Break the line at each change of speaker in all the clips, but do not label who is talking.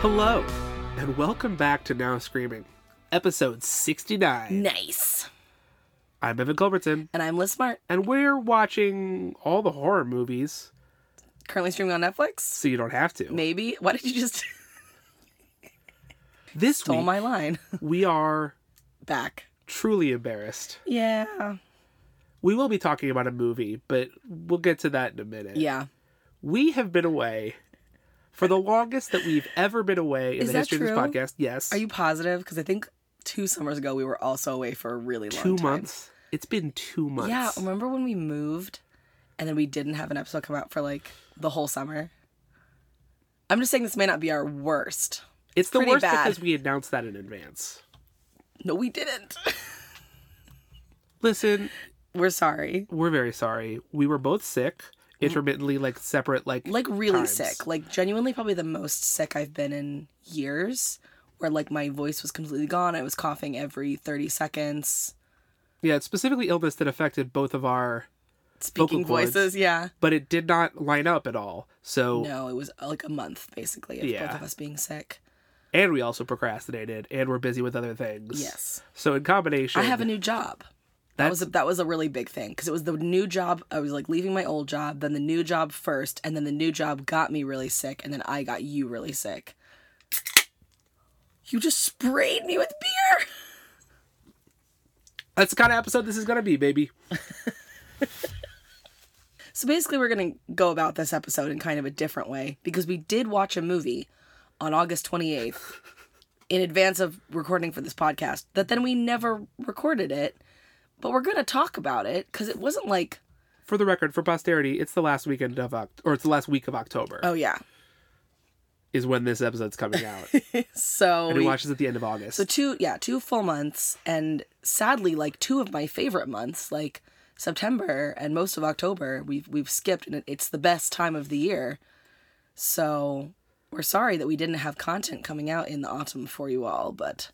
Hello, and welcome back to Now Screaming, episode 69.
Nice.
I'm Evan Culbertson,
And I'm Liz Smart,
and we're watching all the horror movies,
currently streaming on Netflix.
so you don't have to.
Maybe. Why did you just
This
stole
week,
my line
we are
back?
truly embarrassed.
Yeah.
We will be talking about a movie, but we'll get to that in a minute.
Yeah.
We have been away for the longest that we've ever been away in
Is
the
that
history
true?
of this podcast. Yes.
Are you positive? Because I think two summers ago we were also away for a really long
two
time.
months? It's been two months.
Yeah. um, Remember when we moved and then we didn't have an episode come out for like the whole summer? I'm just saying this may not be our worst.
it's the
pretty
worst
bad.
because we announced that in advance.
No, we didn't.
Listen,
we're sorry.
we're very sorry. We were both sick intermittently, like separate, like
Mm-hmm. like really
times.
sick like genuinely probably the most sick i've been in years where like my voice was completely gone i was coughing every 30 seconds
yeah, it's specifically illness that affected both of our,
speaking
cords.
voices yeah
but it did not line up at all. So,
no it was uh, like a month basically of
Yeah.
both of us being sick
and we also procrastinated, and we're busy with other things.
yes
So in combination,
i have a new job that was a, that was a really big thing because it was the new job i was like leaving my old job then the new job first and then the new job got me really sick and then i got you really sick you just sprayed me with beer
that's the kind of episode this is gonna be, baby.
So basically, we're going to go about this episode in kind of a different way because we did watch a movie on August 28th in advance of recording for this podcast that then we never recorded it, but we're going to talk about it because it wasn't like,
For the record, for posterity, it's the last weekend of Oct- or it's the last week of October
oh yeah.
is when this episode's coming out,
So
and
we-
we watch this at the end of August.
so two, yeah, two full months and sadly like two of my favorite months, like September and most of October, we've we've skipped and it- it's the best time of the year. So we're sorry that we didn't have content coming out in the autumn for you all, but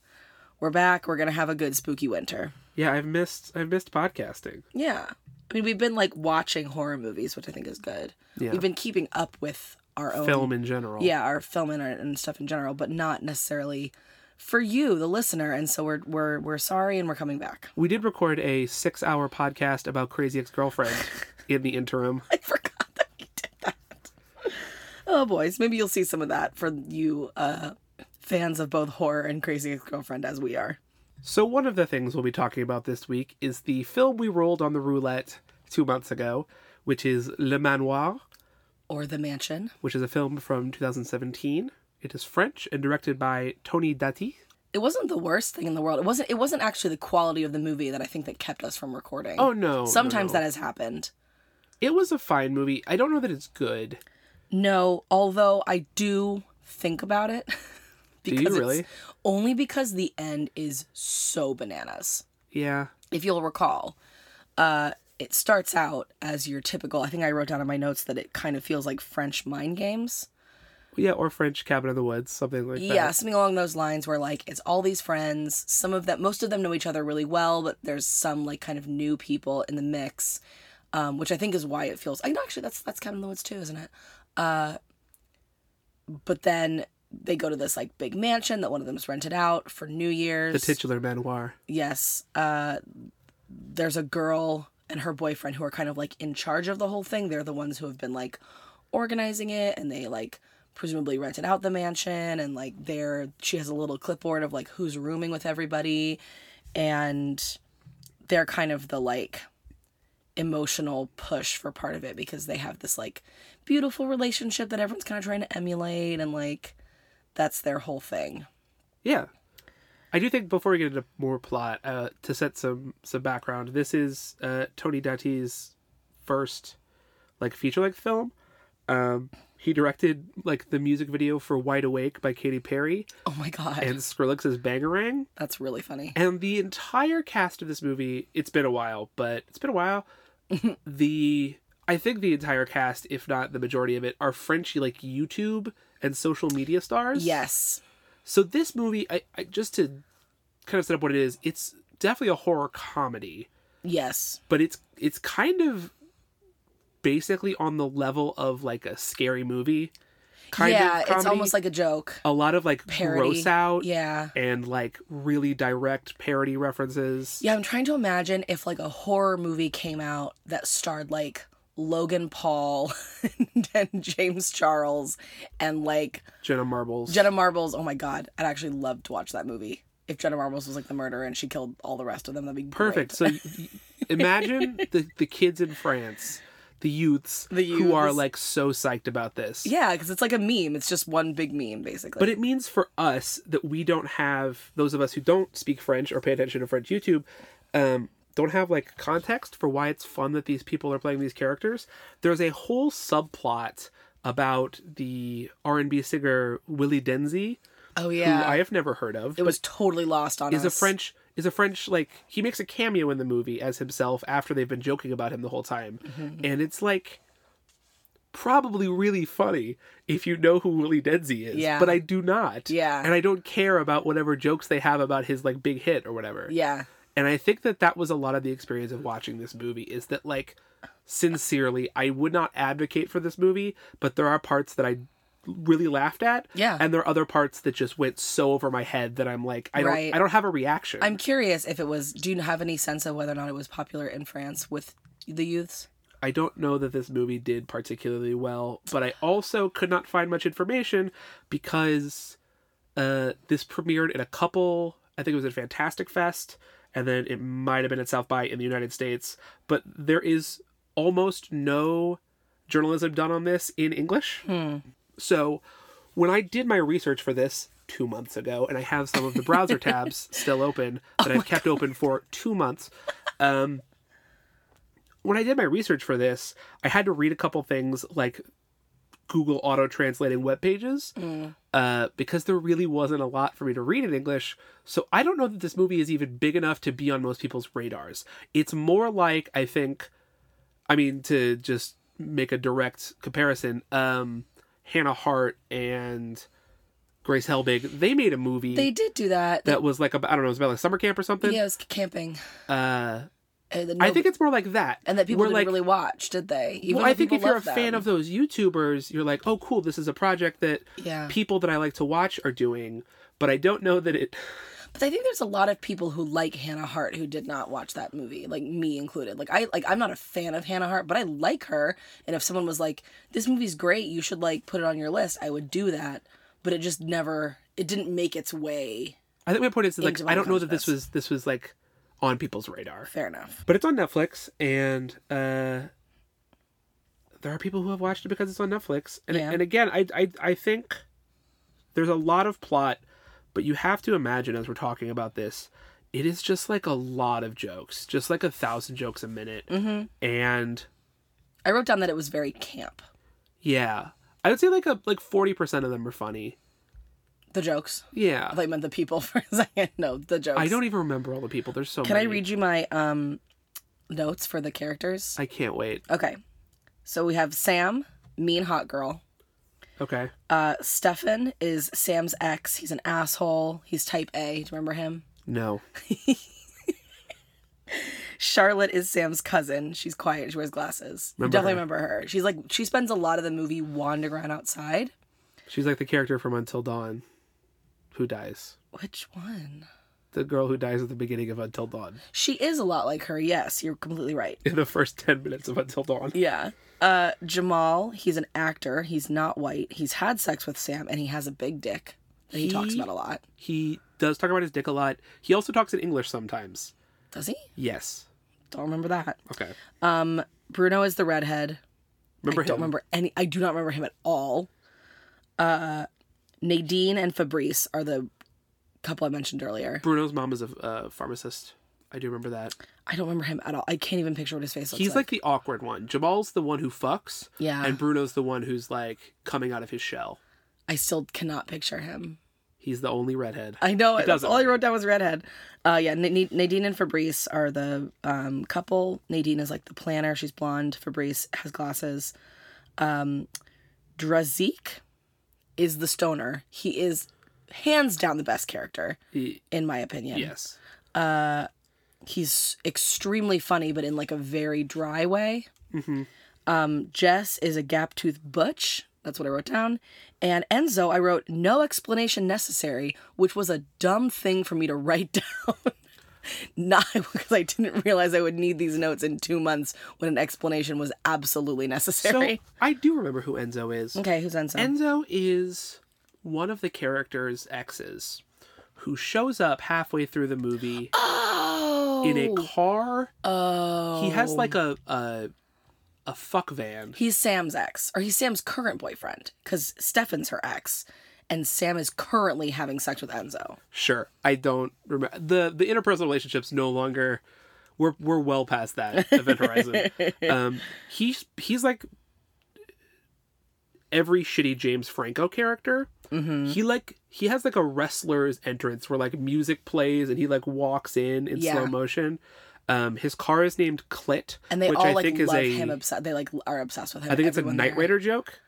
we're back. We're gonna have a good spooky winter.
yeah, I've missed I've missed podcasting.
Yeah. I mean, we've been like watching horror movies, which I think is good.
Yeah.
We've been keeping up with our own
Film in general.
Oh. yeah, our film and, our, and stuff in general, but not necessarily for you, the listener. And so we're we're we're sorry, and we're coming back.
We did record a six hour podcast about Crazy Ex Girlfriend in the interim.
I forgot that we did that. Oh boys, maybe you'll see some of that for you uh, fans of both horror and Crazy Ex-Girlfriend, as we are.
So, one of the things we'll be talking about this week is the film we rolled on the roulette two months ago, which is Le Manoir,
Or the mansion.
which is a film from 2017. It is French and directed by Tony Dati.
It wasn't the worst thing in the world. It wasn't. It wasn't actually the quality of the movie that I think that kept us from recording.
Oh, no.
Sometimes that has happened.
It was a fine movie. I don't know that it's good.
No, although I do think about it.
Do you
it's-
really?
Only because the end is so bananas.
Yeah.
If you'll recall, uh, it starts out as your typical. I think I wrote down in my notes that it kind of feels like French mind games.
Yeah, or French Cabin in the Woods, something like that.
Yeah, something along those lines where like it's all these friends, some of them most of them know each other really well, but there's some like kind of new people in the mix. Um, which I think is why it feels I know actually that's that's Cabin in the Woods too, isn't it? Uh but then they go to this like big mansion that one of them's rented out for New Year's.
The titular manoir.
yes. Uh there's a girl and her boyfriend who are kind of like in charge of the whole thing. They're the ones who have been like organizing it and they like presumably rented out the mansion and like there she has a little clipboard of like who's rooming with everybody and they're kind of the like emotional push for part of it because they have this like beautiful relationship that everyone's kind of trying to emulate and like that's their whole thing.
Yeah. I do think before we get into more plot, uh, to set some some background, this is uh, Tony Datti's first like feature length film. Um, he directed like the music video for "Wide Awake" by Katy Perry
Oh my god.
and Skrillex's "Bangarang,"
that's really funny.
and the entire cast of this movie. It's been a while, but it's been a while. the I think the entire cast, if not the majority of it, are French like YouTube and social media stars.
Yes.
So this movie, I, I just to kind of set up what it is, it's definitely a horror comedy,
Yes.
but it's it's kind of basically on the level of like a scary movie kind
yeah,
of comedy.
it's almost like a joke.
a lot of like
Parody.
gross out
Yeah.
and like really direct parody references.
Yeah, I'm trying to imagine if like a horror movie came out that starred like Logan Paul and James Charles and like
Jenna Marbles.
Jenna Marbles. Oh my god, I'd actually love to watch that movie. If Jenna Marbles was like the murderer and she killed all the rest of them, that'd be
Perfect.
great.
So y- y- imagine the the kids in France, the youths,
The
who are
youths.
like so psyched about this.
Yeah, because it's like a meme. It's just one big meme, basically.
But it means for us that we don't have those of us who don't speak French or pay attention to French YouTube, um, don't have like context for why it's fun that these people are playing these characters. There's a whole subplot about the R and B singer Willie Denzi,
oh
who I
yeah,
have never heard of,
it was totally lost on
is a
us.
French is a French like he makes a cameo in the movie as himself after they've been joking about him the whole time,
Mm-hmm.
and it's like probably really funny if you know who Willie Denzi is.
Yeah.
But I do not.
Yeah.
And I don't care about whatever jokes they have about his like big hit or whatever.
Yeah,
And I think that that was a lot of the experience of watching this movie is that like sincerely I would not advocate for this movie, but there are parts that I really laughed at
Yeah.
and there are other parts that just went so over my head that i'm like i don't
Right.
i don't have a reaction
I'm curious if it was. Do you have any sense of whether or not it was popular in France with the youths?
I don't know that this movie did particularly well, but I also could not find much information because uh, this premiered in a couple. I think it was at Fantastic Fest, and then it might have been at South by in the United States. But there is almost no journalism done on this in English. So when I did my research for this two months ago, and I have some of the browser tabs still open that I've kept open for two months. Um, when I did my research for this, I had to read a couple things like Google auto translating web pages
Mm.
uh, because there really wasn't a lot for me to read in English. So I don't know that this movie is even big enough to be on most people's radars. It's more like, I think, I mean, to just make a direct comparison, um, Hannah Hart and Grace Helbig, they made a movie
They did do that.
Mm. that was like, I I don't know, it was about like summer camp or something.
yeah, it was camping.
Uh,
And then
I
no-
think it's more like that.
and that people
where,
didn't
like,
really watch, did they? Even
well,
though
I think
people
if you're a
love them.
fan of those YouTubers, you're like, oh, cool, this is a project that
yeah,
people that I like to watch are doing. But I don't know that it.
but I think there's a lot of people who like Hannah Hart who did not watch that movie, like me included. Like I like I'm not a fan of Hannah Hart, but I like her. And if someone was like, "This movie's great, you should like put it on your list," I would do that. But it just never, it didn't make its way.
I think my point is that, like
Into
I don't know that
consciousness.
this was this was like on people's radar.
Fair enough.
But it's on Netflix, and uh, there are people who have watched it because it's on Netflix. And
Yeah.
and again, I I I think there's a lot of plot, but you have to imagine as we're talking about this, it is just like a lot of jokes, just like a thousand jokes a minute,
hmm
and
I wrote down that it was very camp.
Yeah. I would say like a like forty percent of them are funny.
The jokes. I
Yeah.
thought you meant the people for a second. No, the jokes.
I don't even remember all the people. There's so
Can I
many.
read you my um notes for the characters?
I can't wait.
Okay. So we have Sam, mean hot girl.
Okay.
Uh, Stefan is Sam's ex. He's an asshole. He's type A. Do you remember him?
No.
Charlotte is Sam's cousin. She's quiet. She wears glasses. You
Remember
definitely
her.
remember her. She's like she spends a lot of the movie wandering around outside.
She's like the character from Until Dawn who dies.
Which one?
The girl who dies at the beginning of Until Dawn.
She is a lot like her. Yes, you're completely right.
In the first ten minutes of Until Dawn.
Yeah. Uh, Jamal, he's an actor. He's not white. He's had sex with Sam, and he has a big dick that he, talks
He-
about a lot.
He does talk about his dick a lot. He also talks in English sometimes.
Does he?
Yes.
Don't remember that.
Okay.
Um, Bruno is the redhead.
Remember
I don't
him?
remember any. I do not remember him at all. Uh, Nadine and Fabrice are the couple I mentioned earlier.
Bruno's mom is a uh, pharmacist. I do remember that.
I don't remember him at all. I can't even picture what his face looks
He's like the awkward one. Jamal's the one who fucks,
yeah.
and Bruno's the one who's like coming out of his shell.
I still cannot picture him.
He's the only redhead.
I know it. That's
doesn't.
all I wrote down was redhead. Uh, yeah, Na- Na- Nadine and Fabrice are the um, couple. Nadine is like the planner. She's blonde. Fabrice has glasses. Um, Drazik is the stoner. He is hands down the best character
He-
in my opinion.
yes.
Uh, he's extremely funny, but in like a very dry way.
Mm-hmm.
Um, Jess is a gap toothed butch. That's what I wrote down. And Enzo, I wrote no explanation necessary, which was a dumb thing for me to write down. Not because I didn't realize I would need these notes in two months when an explanation was absolutely
So
necessary.
I do remember who Enzo is.
okay, who's Enzo?
Enzo is one of the character's exes who shows up halfway through the movie
oh,
in a car.
oh,
He has like a a, a fuck van.
He's Sam's ex, or he's Sam's current boyfriend, because Stefan's her ex, and Sam is currently having sex with Enzo.
Sure, I don't remember the the interpersonal relationships no longer. We're we're well past that event horizon. um, he's he's like every shitty James Franco character.
Mm-hmm.
He like he has like a wrestler's entrance where like music plays and he like walks in in
Yeah.
slow motion. Um, his car is named Clit,
And they
which
all
I
like
think is
love
a-
him. Obsessed. They like are obsessed with him.
I think it's a
everyone
Knight
there.
Rider joke.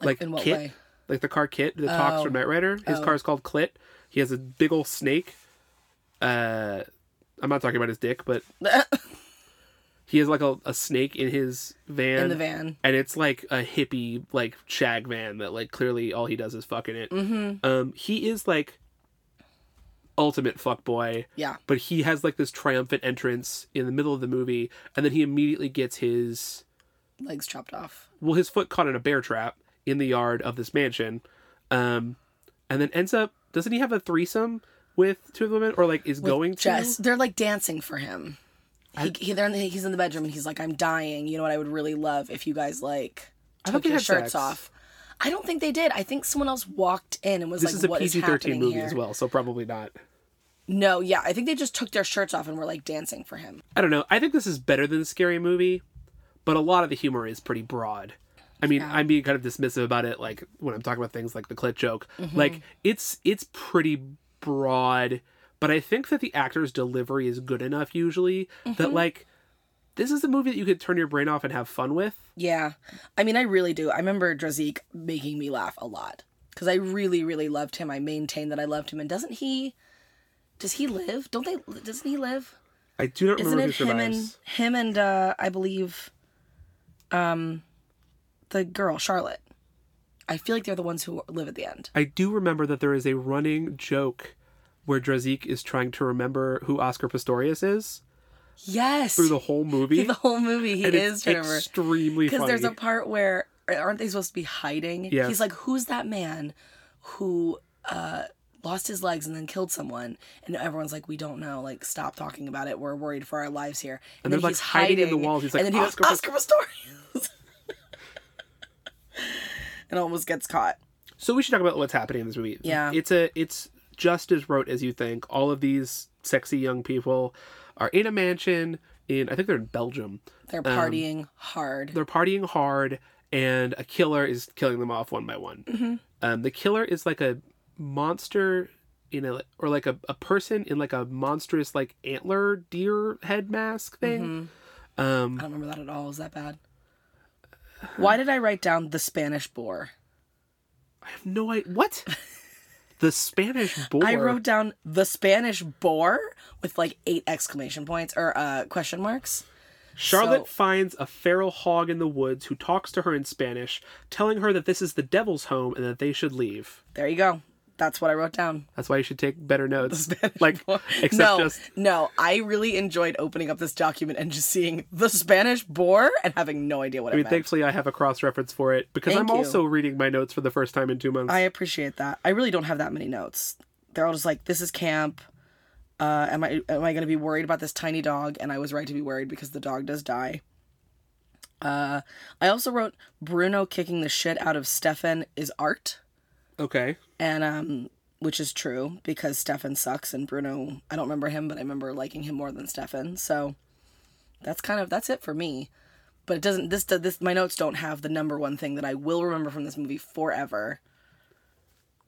Like,
in what
Kit,
way?
like the car Kit, the talks
Oh.
from Knight Rider. His
Oh.
car is called Clit. He has a big old snake. Uh, I'm not talking about his dick, but he has like a, a snake in his van.
in the van.
And it's like a hippie, like shag van that, like, clearly all he does is fucking it.
Mm-hmm.
Um, he is like ultimate fuckboy,
Yeah.
but he has like this triumphant entrance in the middle of the movie, and then he immediately gets his
Legs chopped off.
well, his foot caught in a bear trap in the yard of this mansion, um, and then ends up doesn't he have a threesome with two of the women or like is
With
going
Jess.
to?
They're like dancing for him. He, he, they're in the, he's in the bedroom and he's like, I'm dying. You know what I would really love if you guys like
I thought
took
they
your
had
shirts
sex.
off. I don't think they did. I think someone else walked in and was
This
like,
is a
"What is
PG thirteen
happening
movie
here?"
as well, so probably not.
No, yeah, I think they just took their shirts off and were like dancing for him.
I don't know. I think this is better than a scary movie, but a lot of the humor is pretty broad. I mean, I'm being kind of dismissive about it, like when I'm talking about things like the clit joke.
Mm-hmm.
Like it's it's pretty broad, but I think that the actor's delivery is good enough usually
Mm-hmm.
that like this is a movie that you could turn your brain off and have fun with.
Yeah. I mean, I really do. I remember Drazik making me laugh a lot because I really, really loved him. I maintain that I loved him. And doesn't he, does he live? Don't they, doesn't he live?
I do not
Isn't
remember who
it him
survives.
and, him and, uh, I believe, um, the girl, Charlotte? I feel like they're the ones who live at the end.
I do remember that there is a running joke where Drazik is trying to remember who Oscar Pistorius is
Yes.
through the whole movie.
The whole movie, he
and
is
it's
trying to remember.
extremely funny.
Because there's a part where aren't they supposed to be hiding?
Yes.
He's like, who's that man who uh, lost his legs and then killed someone? And everyone's like, we don't know. Like, stop talking about it. We're worried for our lives here.
And they're, like, hiding in the walls. He's like,
and then he goes,
"Oscar Pis-
Oscar Pistorius. and almost gets caught.
So we should talk about what's happening in this movie.
Yeah.
It's a it's just as rote as you think. All of these sexy young people are in a mansion in I think they're in Belgium.
They're partying hard.
Um, They're partying hard and a killer is killing them off one by one.
Mm-hmm.
Um, the killer is like a monster in a or like a, a person in like a monstrous like antler deer head mask thing.
Mm-hmm.
Um
I don't remember that at all. Is that bad? Why did I write down the Spanish boar?
I have no idea what? the Spanish boar
I wrote down the Spanish boar with like eight exclamation points or uh, question marks.
Charlotte
So-
finds a feral hog in the woods who talks to her in Spanish, telling her that this is the devil's home and that they should leave.
There you go. That's what I wrote down.
That's why you should take better notes. Like, except
no,
just
no. I really enjoyed opening up this document and just seeing the Spanish boar and having no idea what
I
it
mean,
meant.
thankfully I have a cross reference for it because
Thank
I'm
you.
also reading my notes for the first time in two months.
I appreciate that. I really don't have that many notes. They're all just like, "This is camp." Uh, am I am I going to be worried about this tiny dog? And I was right to be worried because the dog does die. Uh, I also wrote Bruno kicking the shit out of Stefan is art.
okay.
and um which is true because Stefan sucks and Bruno I don't remember him but I remember liking him more than Stefan so that's kind of that's it for me but it doesn't this this my notes don't have the number one thing that I will remember from this movie forever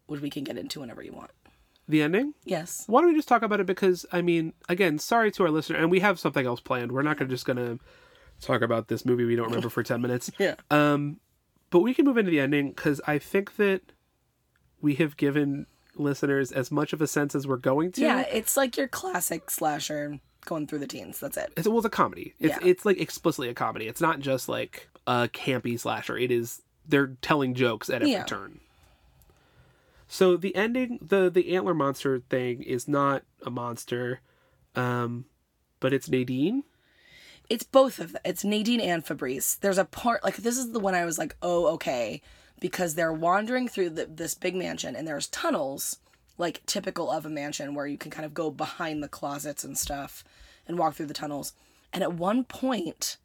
which we can get into whenever you want
The ending?
yes
Why don't we just talk about it? Because I mean, again, sorry to our listener, and we have something else planned. We're not gonna just gonna talk about this movie we don't remember for ten minutes.
yeah
Um, but we can move into the ending because I think that we have given listeners as much of a sense as we're going to.
yeah it's like your classic slasher going through the teens that's it
It's, well, it's a comedy. It's,
Yeah.
it's like explicitly a comedy. It's not just like a campy slasher. It is they're telling jokes at every
Yeah.
turn. So the ending, the the antler monster thing is not a monster, um, but it's Nadine.
It's both of them. It's Nadine and Fabrice. There's a part like this is the one I was like, oh okay, because they're wandering through the, this big mansion and there's tunnels, like typical of a mansion where you can kind of go behind the closets and stuff, and walk through the tunnels. And at one point,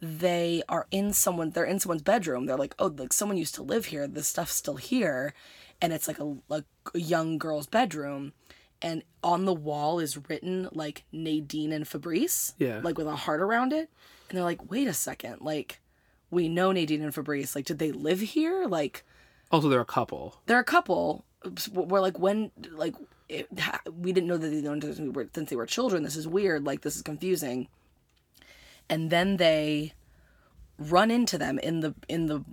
they are in someone. They're in someone's bedroom. They're like, oh, like someone used to live here. This stuff's still here, and it's like a like a young girl's bedroom. And on the wall is written like Nadine and Fabrice,
Yeah.
like with a heart around it. And they're like, wait a second, like we know Nadine and Fabrice. Like, did they live here? Like,
Also, they're a couple.
they're a couple. We're like, when, like, it, ha- we didn't know that they known since we were since they were children. This is weird. Like, this is confusing. And then they run into them in the in the,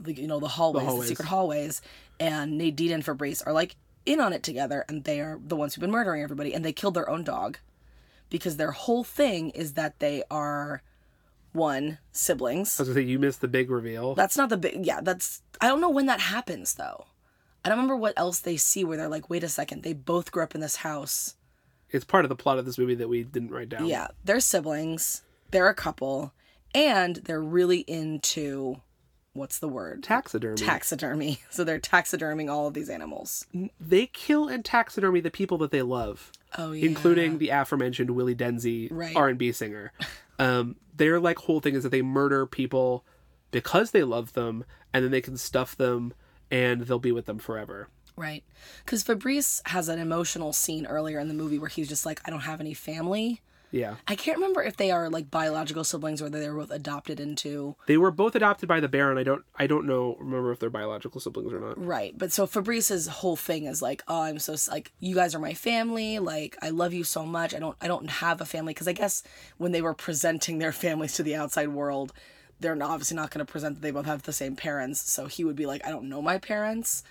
the you know the hallways, the
hallways.
secret hallways, and Nadine and Fabrice are like in on it together, and they are the ones who've been murdering everybody, and they killed their own dog, because their whole thing is that they are, one siblings.
I was gonna say you missed the big reveal.
That's not the big. Yeah, that's. I don't know when that happens though. I don't remember what else they see where they're like, wait a second, they both grew up in this house.
it's part of the plot of this movie that we didn't write down.
Yeah, they're siblings. They're a couple, and they're really into, what's the word?
Taxidermy.
Taxidermy. So they're taxiderming all of these animals.
they kill and taxidermy the people that they love,
Oh yeah.
including the aforementioned Willie Denzi
Right.
R and B singer. Um, their like whole thing is that they murder people because they love them, and then they can stuff them, and they'll be with them forever.
Right. Because Fabrice has an emotional scene earlier in the movie where he's just like, I don't have any family.
Yeah,
I can't remember if they are like biological siblings or whether they were both adopted into
they were both adopted by the Baron. I don't, I don't know, remember if they're biological siblings or not.
Right. But so Fabrice's whole thing is like, oh, I'm so like you guys are my family. Like I love you so much. I don't I don't have a family because I guess when they were presenting their families to the outside world, they're not, obviously not going to present that they both have the same parents. So he would be like, I don't know my parents.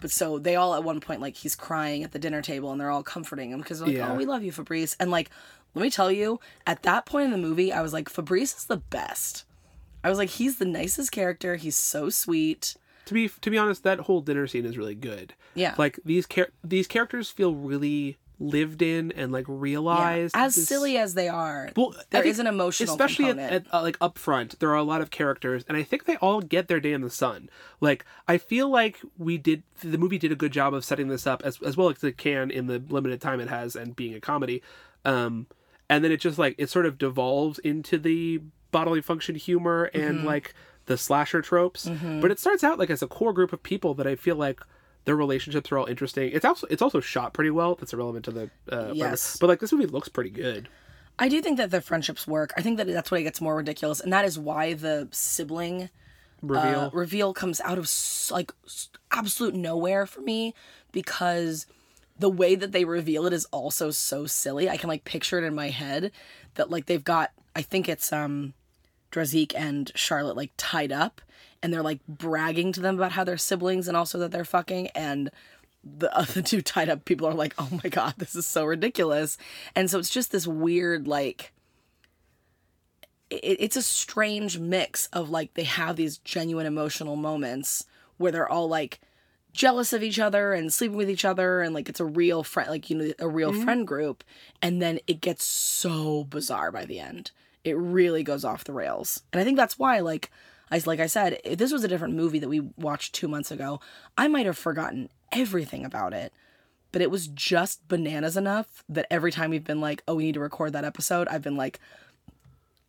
But so they all at one point like he's crying at the dinner table and they're all comforting him because they're like,
Yeah.
oh, we love you, Fabrice. And like, let me tell you, at that point in the movie, I was like, Fabrice is the best. I was like, he's the nicest character. He's so sweet.
To be, to be honest, that whole dinner scene is really good.
Yeah.
Like these char- these characters feel really lived in and like realized.
as
this-
silly as they are
Well, I
there
think
is an emotional
especially at,
component
at uh, like up front there are a lot of characters and i think they all get their day in the sun like i feel like we did the movie did a good job of setting this up as, as well as it can in the limited time it has and being a comedy um and then it just like it sort of devolves into the bodily function humor and
Mm-hmm.
like the slasher tropes but it starts out like as a core group of people that i feel like their relationships are all interesting. It's also it's also shot pretty well. That's irrelevant to the uh, premise.
Yes.
but like this movie looks pretty good.
i do think that their friendships work i think that that's what it gets more ridiculous and that is why the sibling
Reveal.
uh, reveal comes out of s- like s- absolute nowhere for me because the way that they reveal it is also so silly. I can like picture it in my head that like they've got I think it's um Drazik and Charlotte like tied up and they're like bragging to them about how they're siblings and also that they're fucking and the other two tied up people are like, "Oh my god, this is so ridiculous." And so it's just this weird like it, it's a strange mix of like they have these genuine emotional moments where they're all like jealous of each other and sleeping with each other and like it's a real friend like you know a real friend group and then it gets so bizarre by the end it really goes off the rails and i think that's why like i like i said if this was a different movie that we watched 2 months ago i might have forgotten everything about it but it was just bananas enough that every time we've been like oh we need to record that episode i've been like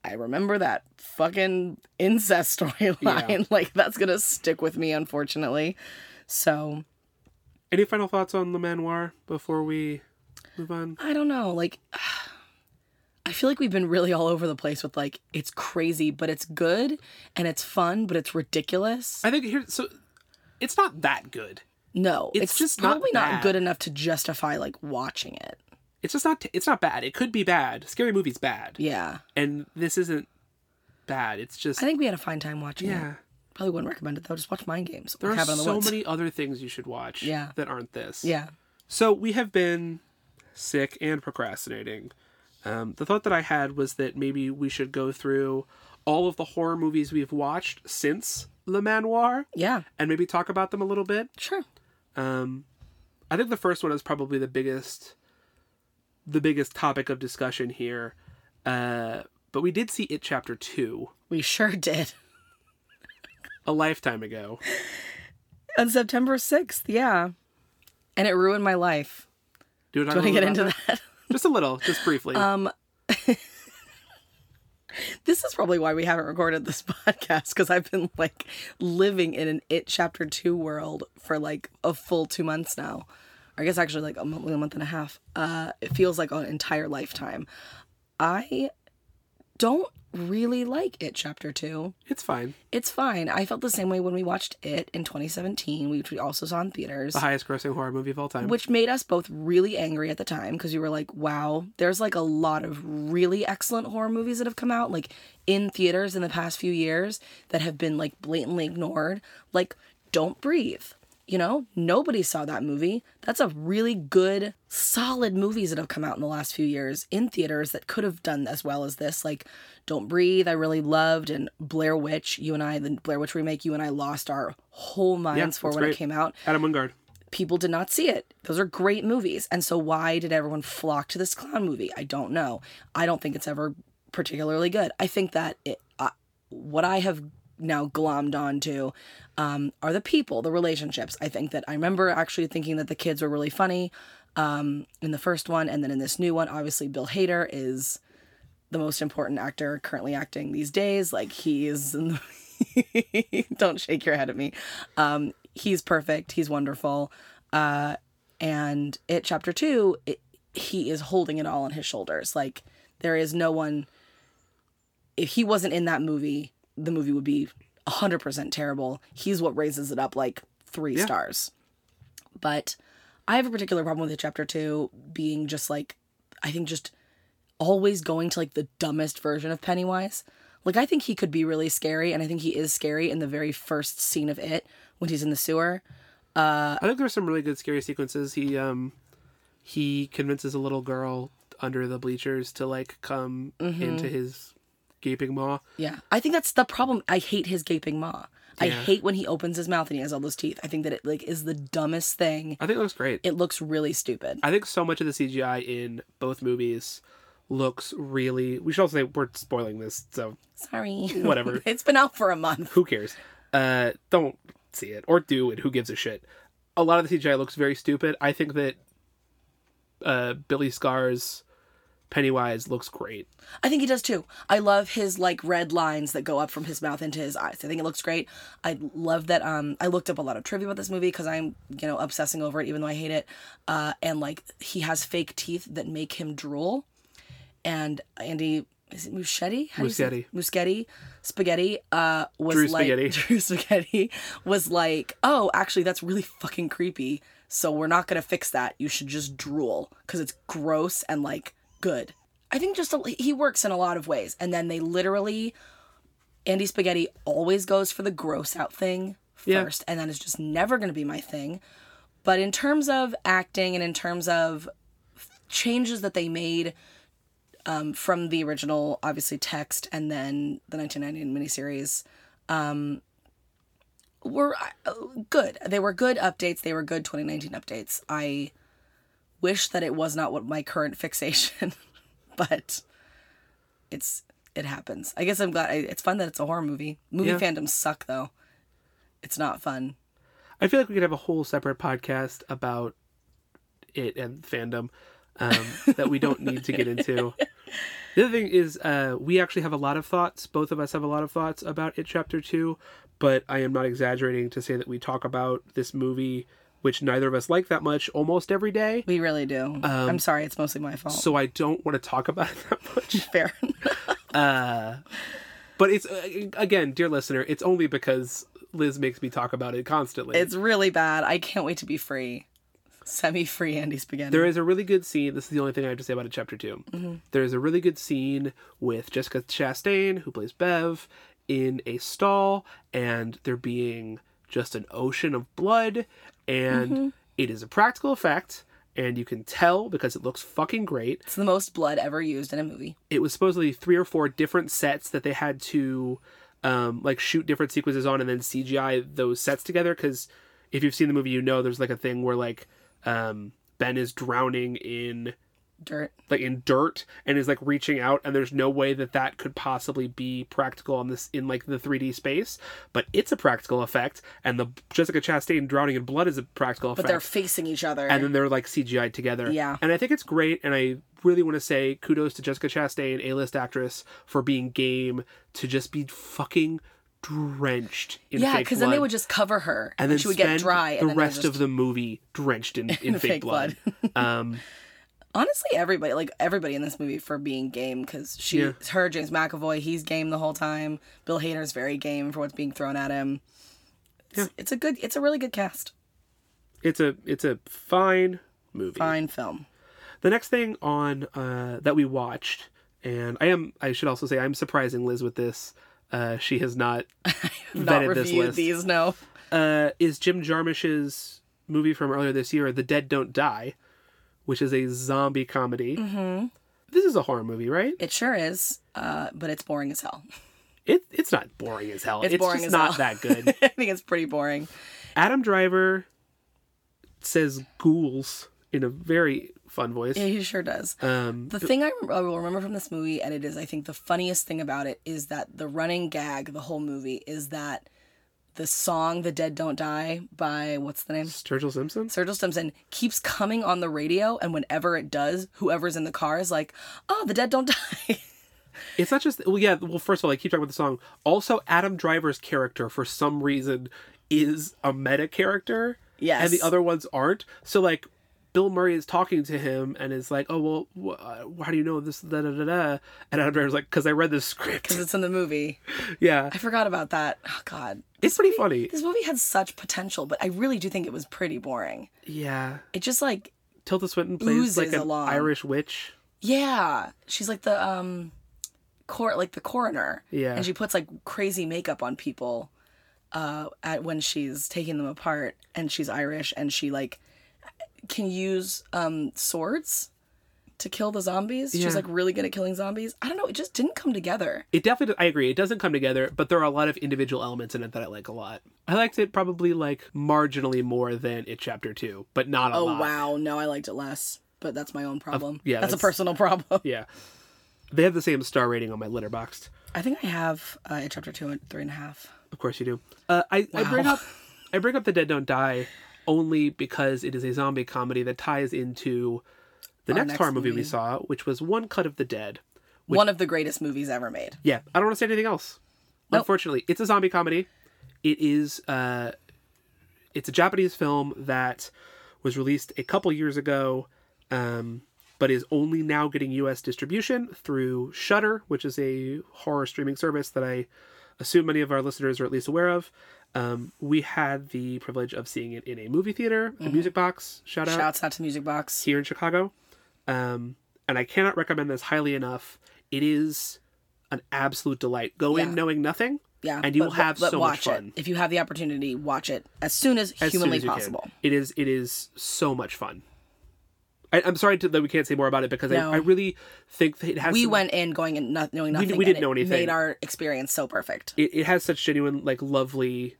I remember that fucking incest storyline. Like that's gonna stick with me, unfortunately. So
Any final thoughts on Le Manoir before we move on?
I don't know. Like I feel like we've been really all over the place with like it's crazy, but it's good and it's fun, but it's ridiculous.
I think here so it's not that good.
No,
It's
it's,
just
just
not
probably not,
bad.
good enough to justify like watching it.
It's just not it's not bad. It could be bad. Scary movies bad.
Yeah,
And this isn't bad. It's just
I think we had a fine time watching it.
yeah.
Probably wouldn't recommend it though. Just watch Mind Games.
There
or
are
Cabin in the
so
Woods.
many other things you should watch
Yeah.
that aren't this.
Yeah,
So we have been sick and procrastinating. Um, the thought that I had was that maybe we should go through all of the horror movies we've watched since Le Manoir
Yeah,
and maybe talk about them a little bit.
sure.
Um, I think the first one is probably the biggest, the biggest topic of discussion here. Uh, but we did see it chapter two
We sure did.
a lifetime ago.
On September 6th, yeah. And it ruined my life.
Do you want
Do you
to
want to get into that?
Just a little, just briefly.
Um, this is probably why we haven't recorded this podcast because I've been like living in an It Chapter 2 world for like a full two months now. Or I guess actually like a month, a month and a half. Uh, it feels like an entire lifetime. I don't really like It Chapter 2
it's fine.
it's fine. I felt the same way when we watched it in 2017, which we also saw in theaters,
The highest grossing horror movie of all time.
which made us both really angry at the time because we were like, wow, there's like a lot of really excellent horror movies that have come out, like in theaters in the past few years that have been like blatantly ignored. Like, Don't Breathe. You know, nobody saw that movie. That's a really good, solid movies that have come out in the last few years in theaters that could have done as well as this. Like Don't Breathe, I really loved, and Blair Witch, you and I, the Blair Witch remake, you and I lost our whole minds for
that's
when
great.
it came out
Adam Wingard.
people did not see it. Those are great movies. And so why did everyone flock to this clown movie? I don't know. I don't think it's ever particularly good. I think that it, uh, what I have now glommed onto um, are the people, the relationships. I think that I remember actually thinking that the kids were really funny um, in the first one. And then in this new one, obviously, Bill Hader is the most important actor currently acting these days. Like he is in the don't shake your head at me. Um, he's perfect. He's wonderful. Uh, and it chapter two, it, he is holding it all on his shoulders. Like there is no one. If he wasn't in that movie, the movie would be hundred percent terrible. He's what raises it up like three
Yeah.
stars. But I have a particular problem with it chapter two being just like, I think just always going to like the dumbest version of Pennywise. Like I think he could be really scary, and I think he is scary in the very first scene of it when he's in the sewer. Uh,
I think there's some really good scary sequences. He um he convinces a little girl under the bleachers to like come
Mm-hmm.
into his gaping maw.
Yeah, I think that's the problem. I hate his gaping maw. I
Yeah.
hate when he opens his mouth and he has all those teeth. I think that it like is the dumbest thing.
I think it looks great.
It looks really stupid.
I think so much of the CGI in both movies looks really we should also say we're spoiling this, so
Sorry.
Whatever.
it's been out for a month.
who cares? Uh don't see it or do it, who gives a shit. A lot of the CGI looks very stupid. I think that uh Billy Scar's Pennywise looks great.
I think he does too. I love his like red lines that go up from his mouth into his eyes. I think it looks great. I love that. Um, I looked up a lot of trivia about this movie because I'm you know obsessing over it, even though I hate it. Uh, and like he has fake teeth that make him drool. And Andy is it Muschetti? How do you say it? Muschetti, spaghetti. Uh, was
Drew
like
Spaghetti.
Drew Spaghetti was like, oh, actually that's really fucking creepy. So we're not gonna fix that. You should just drool because it's gross and like good. I think just a, he works in a lot of ways, and then they literally Andy Spaghetti always goes for the gross out thing
Yeah.
first, and that is just never going to be my thing. But in terms of acting and in terms of changes that they made um, from the original, obviously text, and then the 1999 miniseries, um, were uh, good. They were good updates. They were good 2019 updates. I wish that it was not what my current fixation, but it's it happens. I guess I'm glad. I, it's fun that it's a horror movie. Movie
Yeah.
fandoms suck though. It's not fun.
I feel like we could have a whole separate podcast about it and fandom um, that we don't need to get into. The other thing is, uh, we actually have a lot of thoughts. Both of us have a lot of thoughts about it, Chapter Two. But I am not exaggerating to say that we talk about this movie, which neither of us like that much, almost every day.
We really do. I'm sorry. It's mostly my fault.
Um, So I don't want to talk about it that much.
Fair.
But it's uh, again, dear listener, it's only because Liz makes me talk about it constantly.
it's really bad. I can't wait to be free. Semi free Andy Spaghetti.
There is a really good scene. This is the only thing I have to say about it, chapter 2 There is a really good scene with Jessica Chastain, who plays Bev, in a stall, and there being just an ocean of blood, and it is a practical effect, and you can tell because it looks fucking great.
It's the most blood ever used in a movie.
It was supposedly three or four different sets that they had to um, like shoot different sequences on and then CGI those sets together because if you've seen the movie, you know there's like a thing where like um, Ben is drowning in
Dirt.
like in dirt and is like reaching out and there's no way that that could possibly be practical on this in like the 3D space but it's a practical effect and the Jessica Chastain drowning in blood is a practical
But
effect
they're facing each other.
and then they're like CGI together
Yeah.
and I think it's great and I really want to say kudos to Jessica Chastain A-list actress for being game to just be fucking drenched in
yeah,
fake
because then they
blood
would just cover her,
and then
she would get
spend
dry.
the
and then they would
rest
just-
of the movie drenched in, in, fake,
fake
blood, um
honestly everybody, like everybody in this movie, for being game because she,
Yeah.
her, James McAvoy, he's game the whole time. Bill Hader's very game for what's being thrown at him. It's, it's a good, it's a really good cast.
it's a it's a fine movie
Fine film.
The next thing on uh, that we watched, and I am I should also say I'm surprising Liz with this. Uh, she has not
Not
vetted this
reviewed
list.
these. No,
Uh, is Jim Jarmusch's movie from earlier this year, "The Dead Don't Die," which is a zombie comedy. Mm-hmm. This is a horror movie, right?
it sure is, uh, but it's boring as hell.
It it's not boring as hell.
It's boring
just
as
not
hell.
that good.
I think it's pretty boring.
Adam Driver says ghouls in a very fun voice.
Yeah, he sure does.
Um,
The thing I, rem- I will remember from this movie, and it is, I think, the funniest thing about it is that the running gag the whole movie is that the song "The Dead Don't Die" by what's the name
Sturgill Simpson.
Sergil Simpson keeps coming on the radio, and whenever it does, whoever's in the car is like, "Oh, the dead don't die."
It's not just well, yeah. Well, first of all, I keep talking about the song. Also, Adam Driver's character for some reason is a meta character.
Yes.
and the other ones aren't. So like, Bill Murray is talking to him and is like, "Oh well, wh- uh, how do you know this?" Da da da da. And Adam Driver's like, "Cause I read the script."
'Cause it's in the movie.
yeah,
I forgot about that. Oh God,
it's pretty funny.
this movie had such potential, but I really do think it was pretty boring.
Yeah,
It just like,
Tilda Swinton plays
Oozes
like an
along.
Irish witch.
yeah, she's like the um, court like the coroner.
Yeah.
and she puts like crazy makeup on people, uh, at when she's taking them apart, and she's Irish, and she like can use um swords. To kill the zombies,
Yeah.
she's like really good at killing zombies. I don't know, it just didn't come together.
It definitely, I agree, it doesn't come together, but there are a lot of individual elements in it that I like a lot. I liked it probably like marginally more than it chapter two, but not a
Oh
lot.
wow, no, I liked it less, but that's my own problem.
yeah,
that's,
that's-
a personal problem.
Yeah. They have the same star rating on my letterboxed.
I think I have uh, in chapter two and three and a half.
Of course you do. Uh, I, I bring up I bring up The Dead Don't Die only because it is a zombie comedy that ties into the next,
next
horror movie, we
movie.
saw, which was One Cut of the Dead.
One of the greatest movies ever made.
Yeah, I don't want to say anything else.
Nope.
Unfortunately, it's a zombie comedy. It is uh it's a Japanese film that was released a couple years ago um but is only now getting US distribution through Shudder, which is a horror streaming service that I assume many of our listeners are at least aware of. Um, we had the privilege of seeing it in a movie theater, a music box, shout out
Shouts out to Music Box.
here in Chicago. Um, and I cannot recommend this highly enough. It is an absolute delight. Go in
Yeah.
knowing nothing.
Yeah,
And you
but
will have
but
so much
watch
fun.
It. If you have the opportunity, watch it as soon as
as soon
humanly
as you can.
possible.
It is it is so much fun. I, I'm sorry to, that we can't say more about it because
No.
I, I really think that it has
We
some-
went in going in not, knowing nothing.
we didn't
and it
know anything.
Made our experience so perfect.
it, it has such genuine like lovely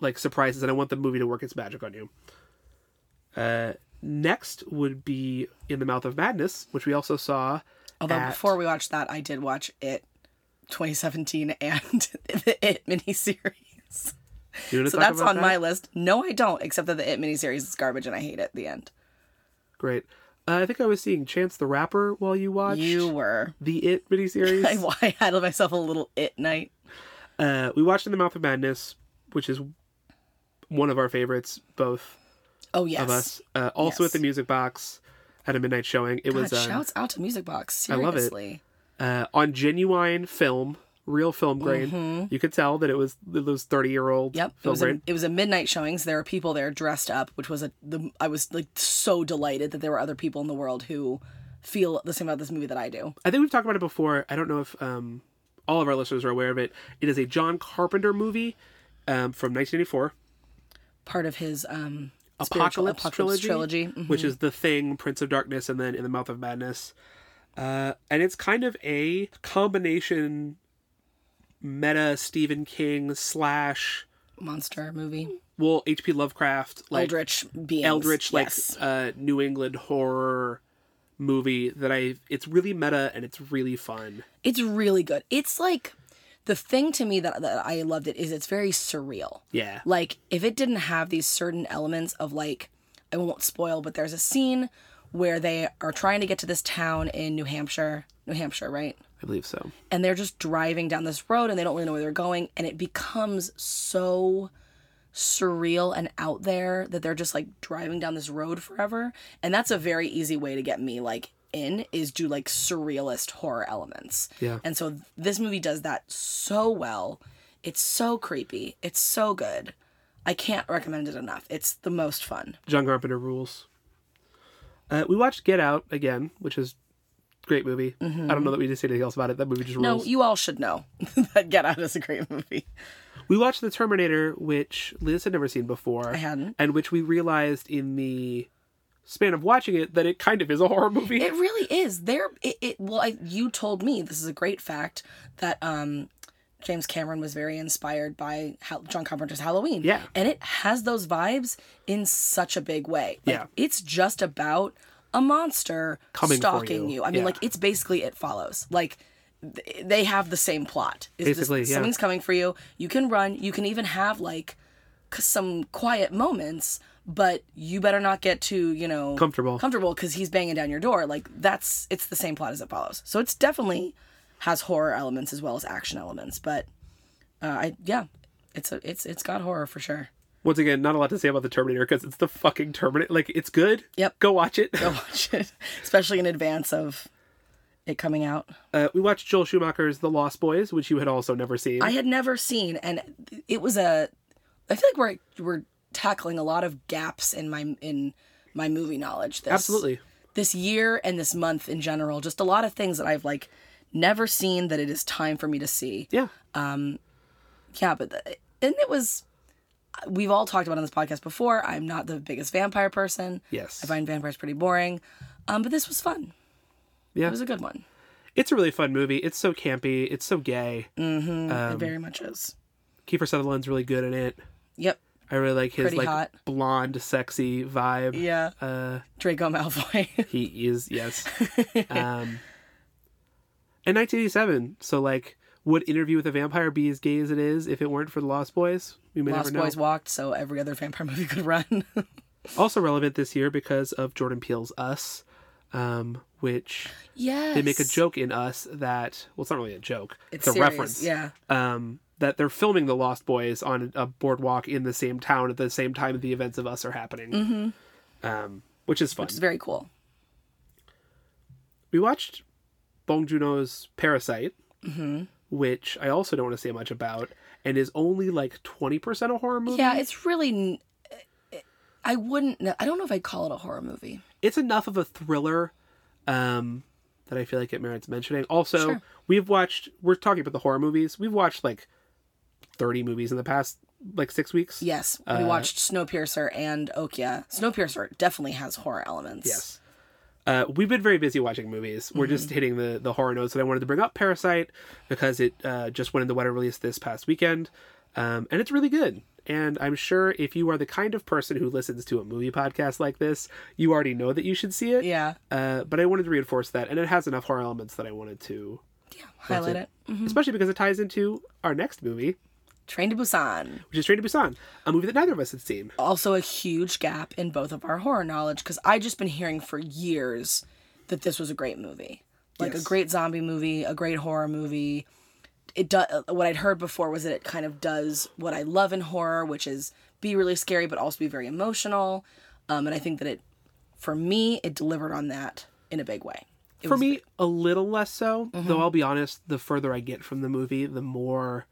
like surprises and I want the movie to work its magic on you. Uh, next would be In the Mouth of Madness, which we also saw.
Although
at-
before we watched that, I did watch it, 2017 and the It miniseries.
you wanna
So
talk
that's
about
on
that?
my list. No, I don't, except that the It miniseries is garbage and I hate it at the end.
Great. Uh, I think I was seeing Chance the Rapper while you watched
You were.
the It miniseries.
I, I had myself a little It night.
uh, we watched In the Mouth of Madness, which is one of our favorites, both
Oh, yes.
of us. Uh, also
Yes.
at the Music Box at a midnight showing. It
God,
was um,
shouts out to Music Box.
I
Seriously.
love it. uh, on genuine film, real film grain. You could tell that it was those thirty year old
Mm-hmm. Yep. It
film
was, a,
grain.
it was a midnight showing, so there were people there dressed up, which was a the I was like so delighted that there were other people in the world who feel the same about this movie that I do.
I think we've talked about it before. I don't know if um, all of our listeners are aware of it. It is a John Carpenter movie um, from 1984.
Part of his um spiritual
Apocalypse, trilogy,
trilogy. mm-hmm.
which is The Thing, Prince of Darkness, and then In the Mouth of Madness. Uh, and it's kind of a combination meta Stephen King slash
Mm-hmm. monster movie.
well H.P. Lovecraft like
Eldritch beings.
eldritch like
yes.
uh, New England horror movie that I it's really meta and it's really fun.
It's really good. It's like the thing to me that, that I loved it is it's very surreal.
Yeah.
Like if it didn't have these certain elements of like I won't spoil, but there's a scene where they are trying to get to this town in New Hampshire, New Hampshire, right?
I believe so.
And they're just driving down this road and they don't really know where they're going and it becomes so surreal and out there that they're just like driving down this road forever. And that's a very easy way to get me like in is do like surrealist horror elements.
Yeah.
And so this movie does that so well. It's so creepy. It's so good. I can't recommend it enough. It's the most fun.
John Carpenter rules. Uh, we watched Get Out again, which is a great movie. I don't know that we did say anything else about it. That movie just rules.
Mm-hmm. No, you all should know that Get Out is a great movie.
We watched The Terminator, which Liz had never seen before.
I hadn't.
And which we realized in the span of watching it that it kind of is a horror movie.
It really is. There, it, it well, I, you told me this is a great fact that um, James Cameron was very inspired by how, John Carpenter's Halloween.
Yeah.
and it has those vibes in such a big way. Like,
Yeah.
it's just about a monster
Coming for
stalking
you.
I mean,
Yeah.
like it's basically it follows. Like th- they have the same plot. It's just
Basically, yeah.
something's coming for you. You can run. You can even have like c- some quiet moments. But you better not get too, you know,
Comfortable.
comfortable because he's banging down your door. Like that's it's the same plot as it follows. So it's definitely has horror elements as well as action elements. But uh, I yeah, it's a it's it's got horror for sure.
Once again, not a lot to say about The Terminator because it's the fucking Terminator. Like, it's good.
Yep.
Go watch it.
Go watch it, especially in advance of it coming out.
Uh, we watched Joel Schumacher's The Lost Boys, which you had also never seen.
I had never seen, and it was a. I feel like we're we're tackling a lot of gaps in my in my movie knowledge. This,
Absolutely.
this year and this month in general, just a lot of things that I've like never seen that it is time for me to see.
Yeah.
Yeah, but the, and it was. We've all talked about it on this podcast before. I'm not the biggest vampire person.
Yes.
I find vampires pretty boring, um, but this was fun.
Yeah.
it was a good one.
It's a really fun movie. It's so campy. It's so gay.
Mm.
Um,
it very much is.
Kiefer Sutherland's really good in it.
Yep.
I really like his
Pretty
like
hot.
blonde, sexy vibe.
Yeah.
Uh,
Draco Malfoy.
He is, yes. um, in 1987, so like, would Interview with a Vampire be as gay as it is if it weren't for the Lost Boys? We may
Lost
never know.
Boys walked, so every other vampire movie could run.
Also relevant this year because of Jordan Peele's Us, um, which
yes.
they make a joke in Us that well, it's not really a joke.
It's
a
serious,
reference.
Yeah.
Um, that they're filming the Lost Boys on a boardwalk in the same town at the same time the events of Us are happening. Mm-hmm. Um, which is fun.
Which is very cool.
we watched Bong Joon-ho's Parasite,
Mm-hmm.
which I also don't want to say much about, and is only like twenty percent a horror movie.
Yeah, it's really. n- I wouldn't. kn- I don't know if I'd call it a horror movie.
It's enough of a thriller um, that I feel like it merits mentioning. Also,
Sure.
we've watched. We're talking about the horror movies. We've watched like thirty movies in the past like six weeks.
Yes, we watched Snowpiercer and Okja. Snowpiercer definitely has horror elements.
Yes. Uh, we've been very busy watching movies. We're just hitting the, the horror notes, and I wanted to bring up Parasite because it uh, just went into wider release this past weekend, um, and it's really good. And I'm sure if you are the kind of person who listens to a movie podcast like this, you already know that you should see it.
Yeah.
Uh, but I wanted to reinforce that, and it has enough horror elements that I wanted to,
Yeah. Highlight it.
especially because it ties into our next movie,
Train to Busan.
which is Train to Busan, a movie that neither of us had seen.
Also, a huge gap in both of our horror knowledge because I just been hearing for years that this was a great movie, like
Yes.
a great zombie movie, a great horror movie. It does what I'd heard before was that it kind of does what I love in horror, which is be really scary but also be very emotional. Um, and I think that it, for me, it delivered on that in a big way. It Mm-hmm.
For me, a little less so. Though I'll be honest, the further I get from the movie, the more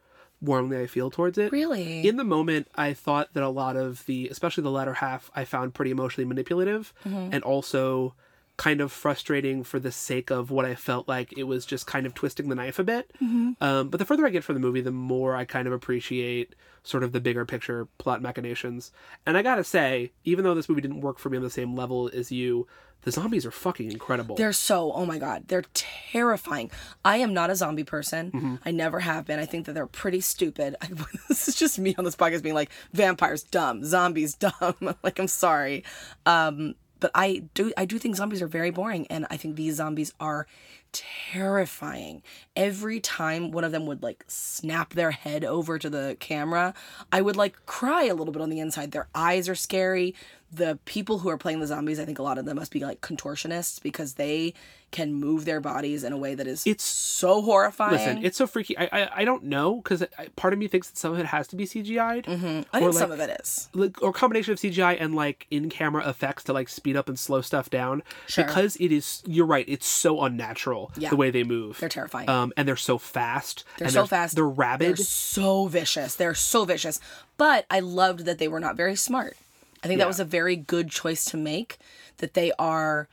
warmly I feel towards it.
really
In the moment, I thought
Mm-hmm.
that a lot of the, especially the latter half, I found pretty emotionally manipulative and also kind of frustrating for the sake of what I felt like it was just kind of twisting the knife a bit.
Mm-hmm.
Um, but the further I get from the movie, the more I kind of appreciate sort of the bigger picture plot machinations. And I gotta say, even though this movie didn't work for me on the same level as you, the zombies are fucking incredible.
They're so, oh my God, they're terrifying. I am not a zombie person. I never have been. I think that they're pretty stupid. this is just me on this podcast being like, vampires dumb, zombies dumb. like, I'm sorry. Um, but I do, I do think zombies are very boring. And I think these zombies are terrifying. Every time one of them would like snap their head over to the camera, I would like cry a little bit on the inside. Their eyes are scary. The people who are playing the zombies, I think a lot of them must be like contortionists because they can move their bodies in a way that is
It's-
so horrifying.
Listen, it's so freaky. I I, I don't know because part of me thinks that some of it has to be CGI'd,
I
or
think some
like-
of it is.
like or combination of CGI and like in camera effects to like speed up and slow stuff down.
Sure.
Because it is, you're right. It's so unnatural
Yeah.
the way they move.
They're terrifying.
um, and they're so fast.
They're
and
so fast.
They're rabid.
They're so vicious. They're so vicious. But I loved that they were not very smart. I think that was a very good choice to make that they are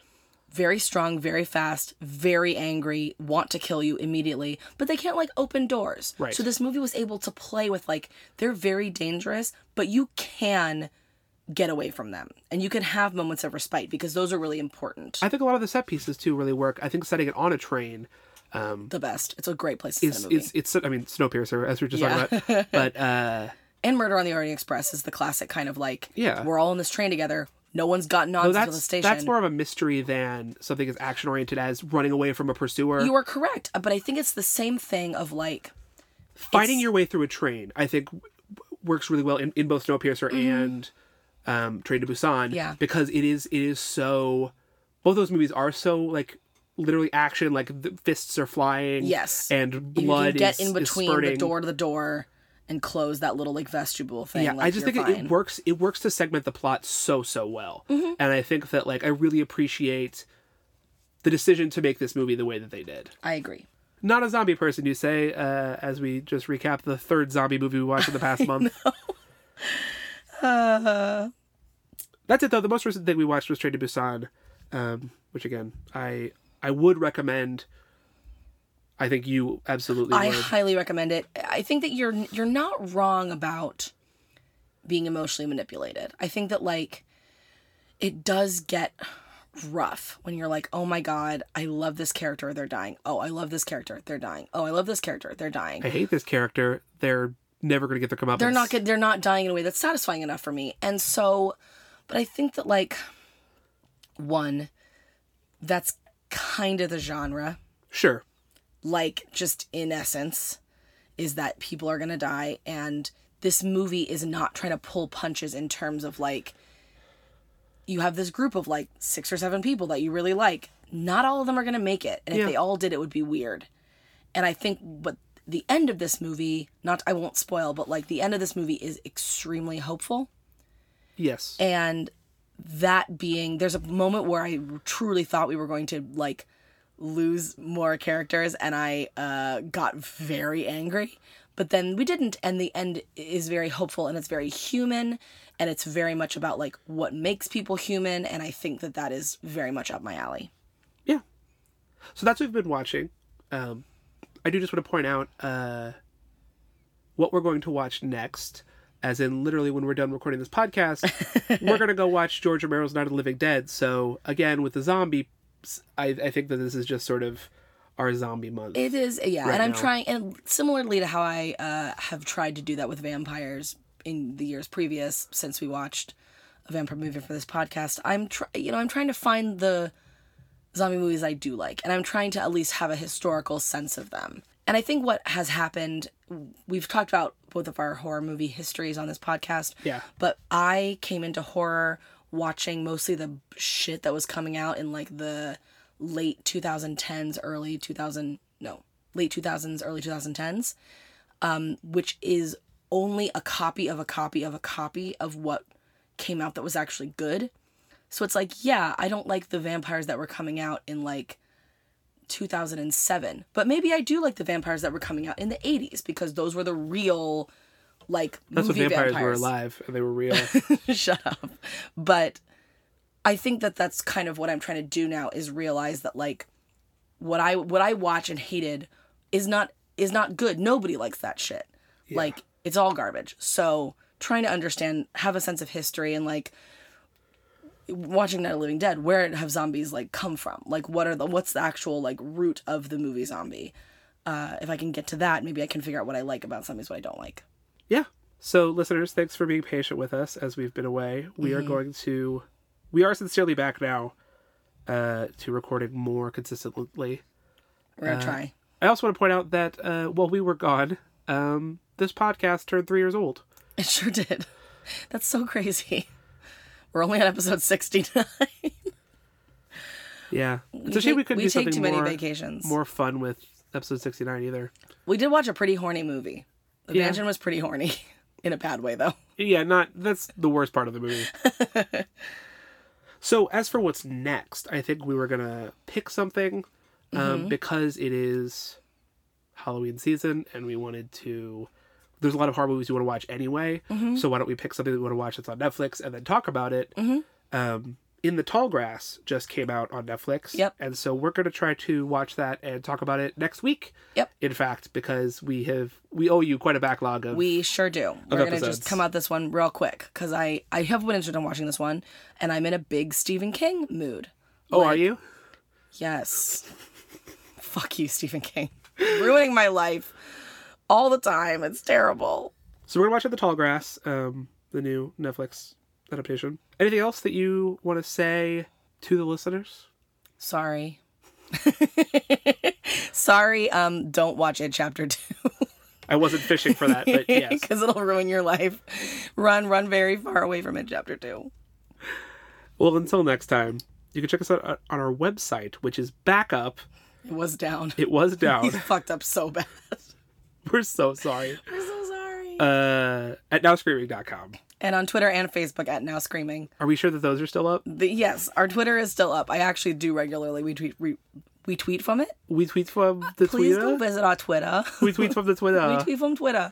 very strong, very fast, very angry, want to kill you immediately, but they can't like open doors.
Right.
So this movie was able to play with like they're very dangerous, but you can get away from them and you can have moments of respite because those are really important.
I think a lot of the set pieces too really work. I think setting it on a train
the best. It's a great place to
is
set a movie.
it's it's I mean Snowpiercer as we were just talking about, but uh,
and Murder on the Orient Express is the classic kind of like
Yeah.
we're all on this train together. No one's gotten on to the
that's
station.
that's more of a mystery than something as action oriented as running away from a pursuer.
you are correct, uh, but I think it's the same thing of like
Fighting your way through a train, I think, w- w- works really well in, in both Snowpiercer and um, Train to Busan.
Mm-hmm. Yeah.
because it is it is so. Both those movies are so like literally action, like the fists are flying.
Yes.
and
you can
blood
get
is,
in
is
between the
spurting.
door to the door and close that little like vestibule thing.
Yeah,
like,
I just
you're
think it,
fine. Mm-hmm.
it works. It works to segment the plot so so well, and I think that like I really appreciate the decision to make this movie the way that they did.
I agree.
Not a zombie person, you say, uh, as we just recap the third zombie movie we watched in the past month.
Uh.
That's it though. The most recent thing we watched was Train to Busan, um, which again I I would recommend. I think you absolutely
I
would.
highly recommend it. I think that you're you're not wrong about being emotionally manipulated. I think that like it does get rough when you're like, "Oh my god, I love this character, they're dying. Oh, I love this character, they're dying. Oh, I love this character, they're dying."
I hate this character. They're never going to get their comeuppance.
they're not good they're not dying in a way that's satisfying enough for me and so but i think that like one that's kind of the genre
Sure.
like just in essence is that people are going to die and this movie is not trying to pull punches in terms of like you have this group of like six or seven people that you really like not all of them are going to make it and
Yeah.
if they all did it would be weird and i think but the end of this movie not i won't spoil but like the end of this movie is extremely hopeful
Yes.
and that being there's a moment where i truly thought we were going to like lose more characters and i uh, got very angry but then we didn't and the end is very hopeful and it's very human and it's very much about like what makes people human and i think that that is very much up my alley
Yeah. So that's what we've been watching. Um, I do just want to point out uh, what we're going to watch next, as in literally when we're done recording this podcast, we're going to go watch George Romero's Night of the Living Dead. So, again, with the zombie, I, I think that this is just sort of our zombie month.
it is yeah and i'm
now.
trying and similarly to how i uh, have tried to do that with vampires in the years previous since we watched a vampire movie for this podcast i'm try- you know i'm trying to find the zombie movies I do like, and I'm trying to at least have a historical sense of them. And I think what has happened, we've talked about both of our horror movie histories on this podcast.
Yeah.
But I came into horror watching mostly the shit that was coming out in like the late 2010s, early 2000, no, late 2000s, early 2010s, um, which is only a copy of a copy of a copy of what came out that was actually good. So it's like, yeah, I don't like the vampires that were coming out in like 2007, but maybe I do like the vampires that were coming out in the 80s because those were the real, like,
that's what
movie
vampires,
vampires,
were alive and they were real.
Shut up. But I think that that's kind of what I'm trying to do now is realize that like what I what I watch and hated is not is not good. Nobody likes that shit. Like it's all garbage. So trying to understand, have a sense of history and like watching Night of the Living Dead, where have zombies like come from? Like what are the what's the actual like root of the movie zombie? Uh, if I can get to that, maybe I can figure out what I like about zombies, what I don't like.
Yeah. So, listeners, thanks for being patient with us as we've been away. We
Mm-hmm.
are going to, we are sincerely back now uh, to recording more consistently.
We're gonna try.
I also want to point out that uh, while we were gone, um, this podcast turned three years old.
It sure did. That's so crazy. We're only on episode sixty nine.
Yeah. It's a shame we couldn't
we
do
take
something
too many
more,
vacations.
more fun with episode 69 either.
We did watch a pretty horny movie. The
Yeah.
Mansion was pretty horny, in a bad way though.
Yeah, not that's the worst part of the movie. so as for what's next, I think we were gonna pick something um,
Mm-hmm.
because it is Halloween season, and we wanted to. There's a lot of horror movies you want to watch anyway,
Mm-hmm.
so why don't we pick something that we want to watch that's on Netflix and then talk about it?
Mm-hmm.
Um, in the Tall Grass just came out on Netflix.
Yep.
And so we're gonna try to watch that and talk about it next week.
Yep.
In fact, because we have we owe you quite a backlog of
We sure do. We're gonna
episodes.
just come out this one real quick because I I have been interested in watching this one, and I'm in a big Stephen King mood.
oh, are you?
Yes. Fuck you, Stephen King. Ruining my life all the time. It's terrible.
So we're gonna watch The Tall Grass, um, the new Netflix adaptation. Anything else that you want to say to the listeners?
Sorry. Sorry. Um. Don't watch it. Chapter two.
I wasn't fishing for that, but yes.
Because it'll ruin your life. Run, run very far away from it, chapter two.
Well, until next time, you can check us out on on our website, which is back up.
It was down.
It was
He's
down.
fucked up so bad.
we're so sorry.
We're so sorry.
Uh, at nowscreaming.com.
and on Twitter and Facebook at Now Screaming.
Are we sure that those are still up?
The, yes, our Twitter is still up. I actually do regularly. We tweet. We, we tweet from it.
We tweet from the
Please go
Twitter. Uh.
visit our Twitter.
We tweet from the Twitter.
we tweet from Twitter.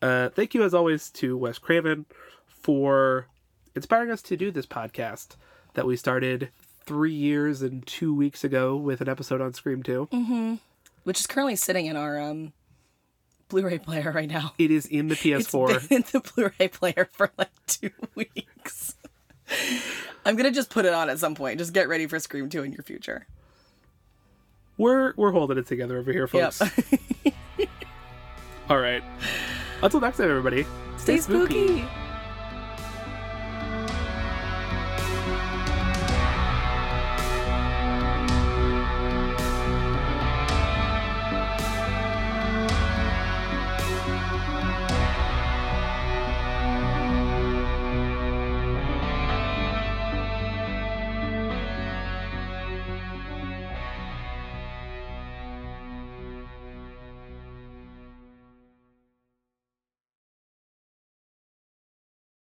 Uh, thank you, as always, to Wes Craven for inspiring us to do this podcast that we started three years and two weeks ago with an episode on Scream 2.
Mm. which is currently sitting in our um, Blu-ray player right now.
It is in the PS4.
It's been in the Blu-ray player for like two weeks. I'm gonna just put it on at some point. Just get ready for Scream Two in your future.
We're we're holding it together over here,
Yep.
folks. All right. Until next time, everybody.
Stay spooky.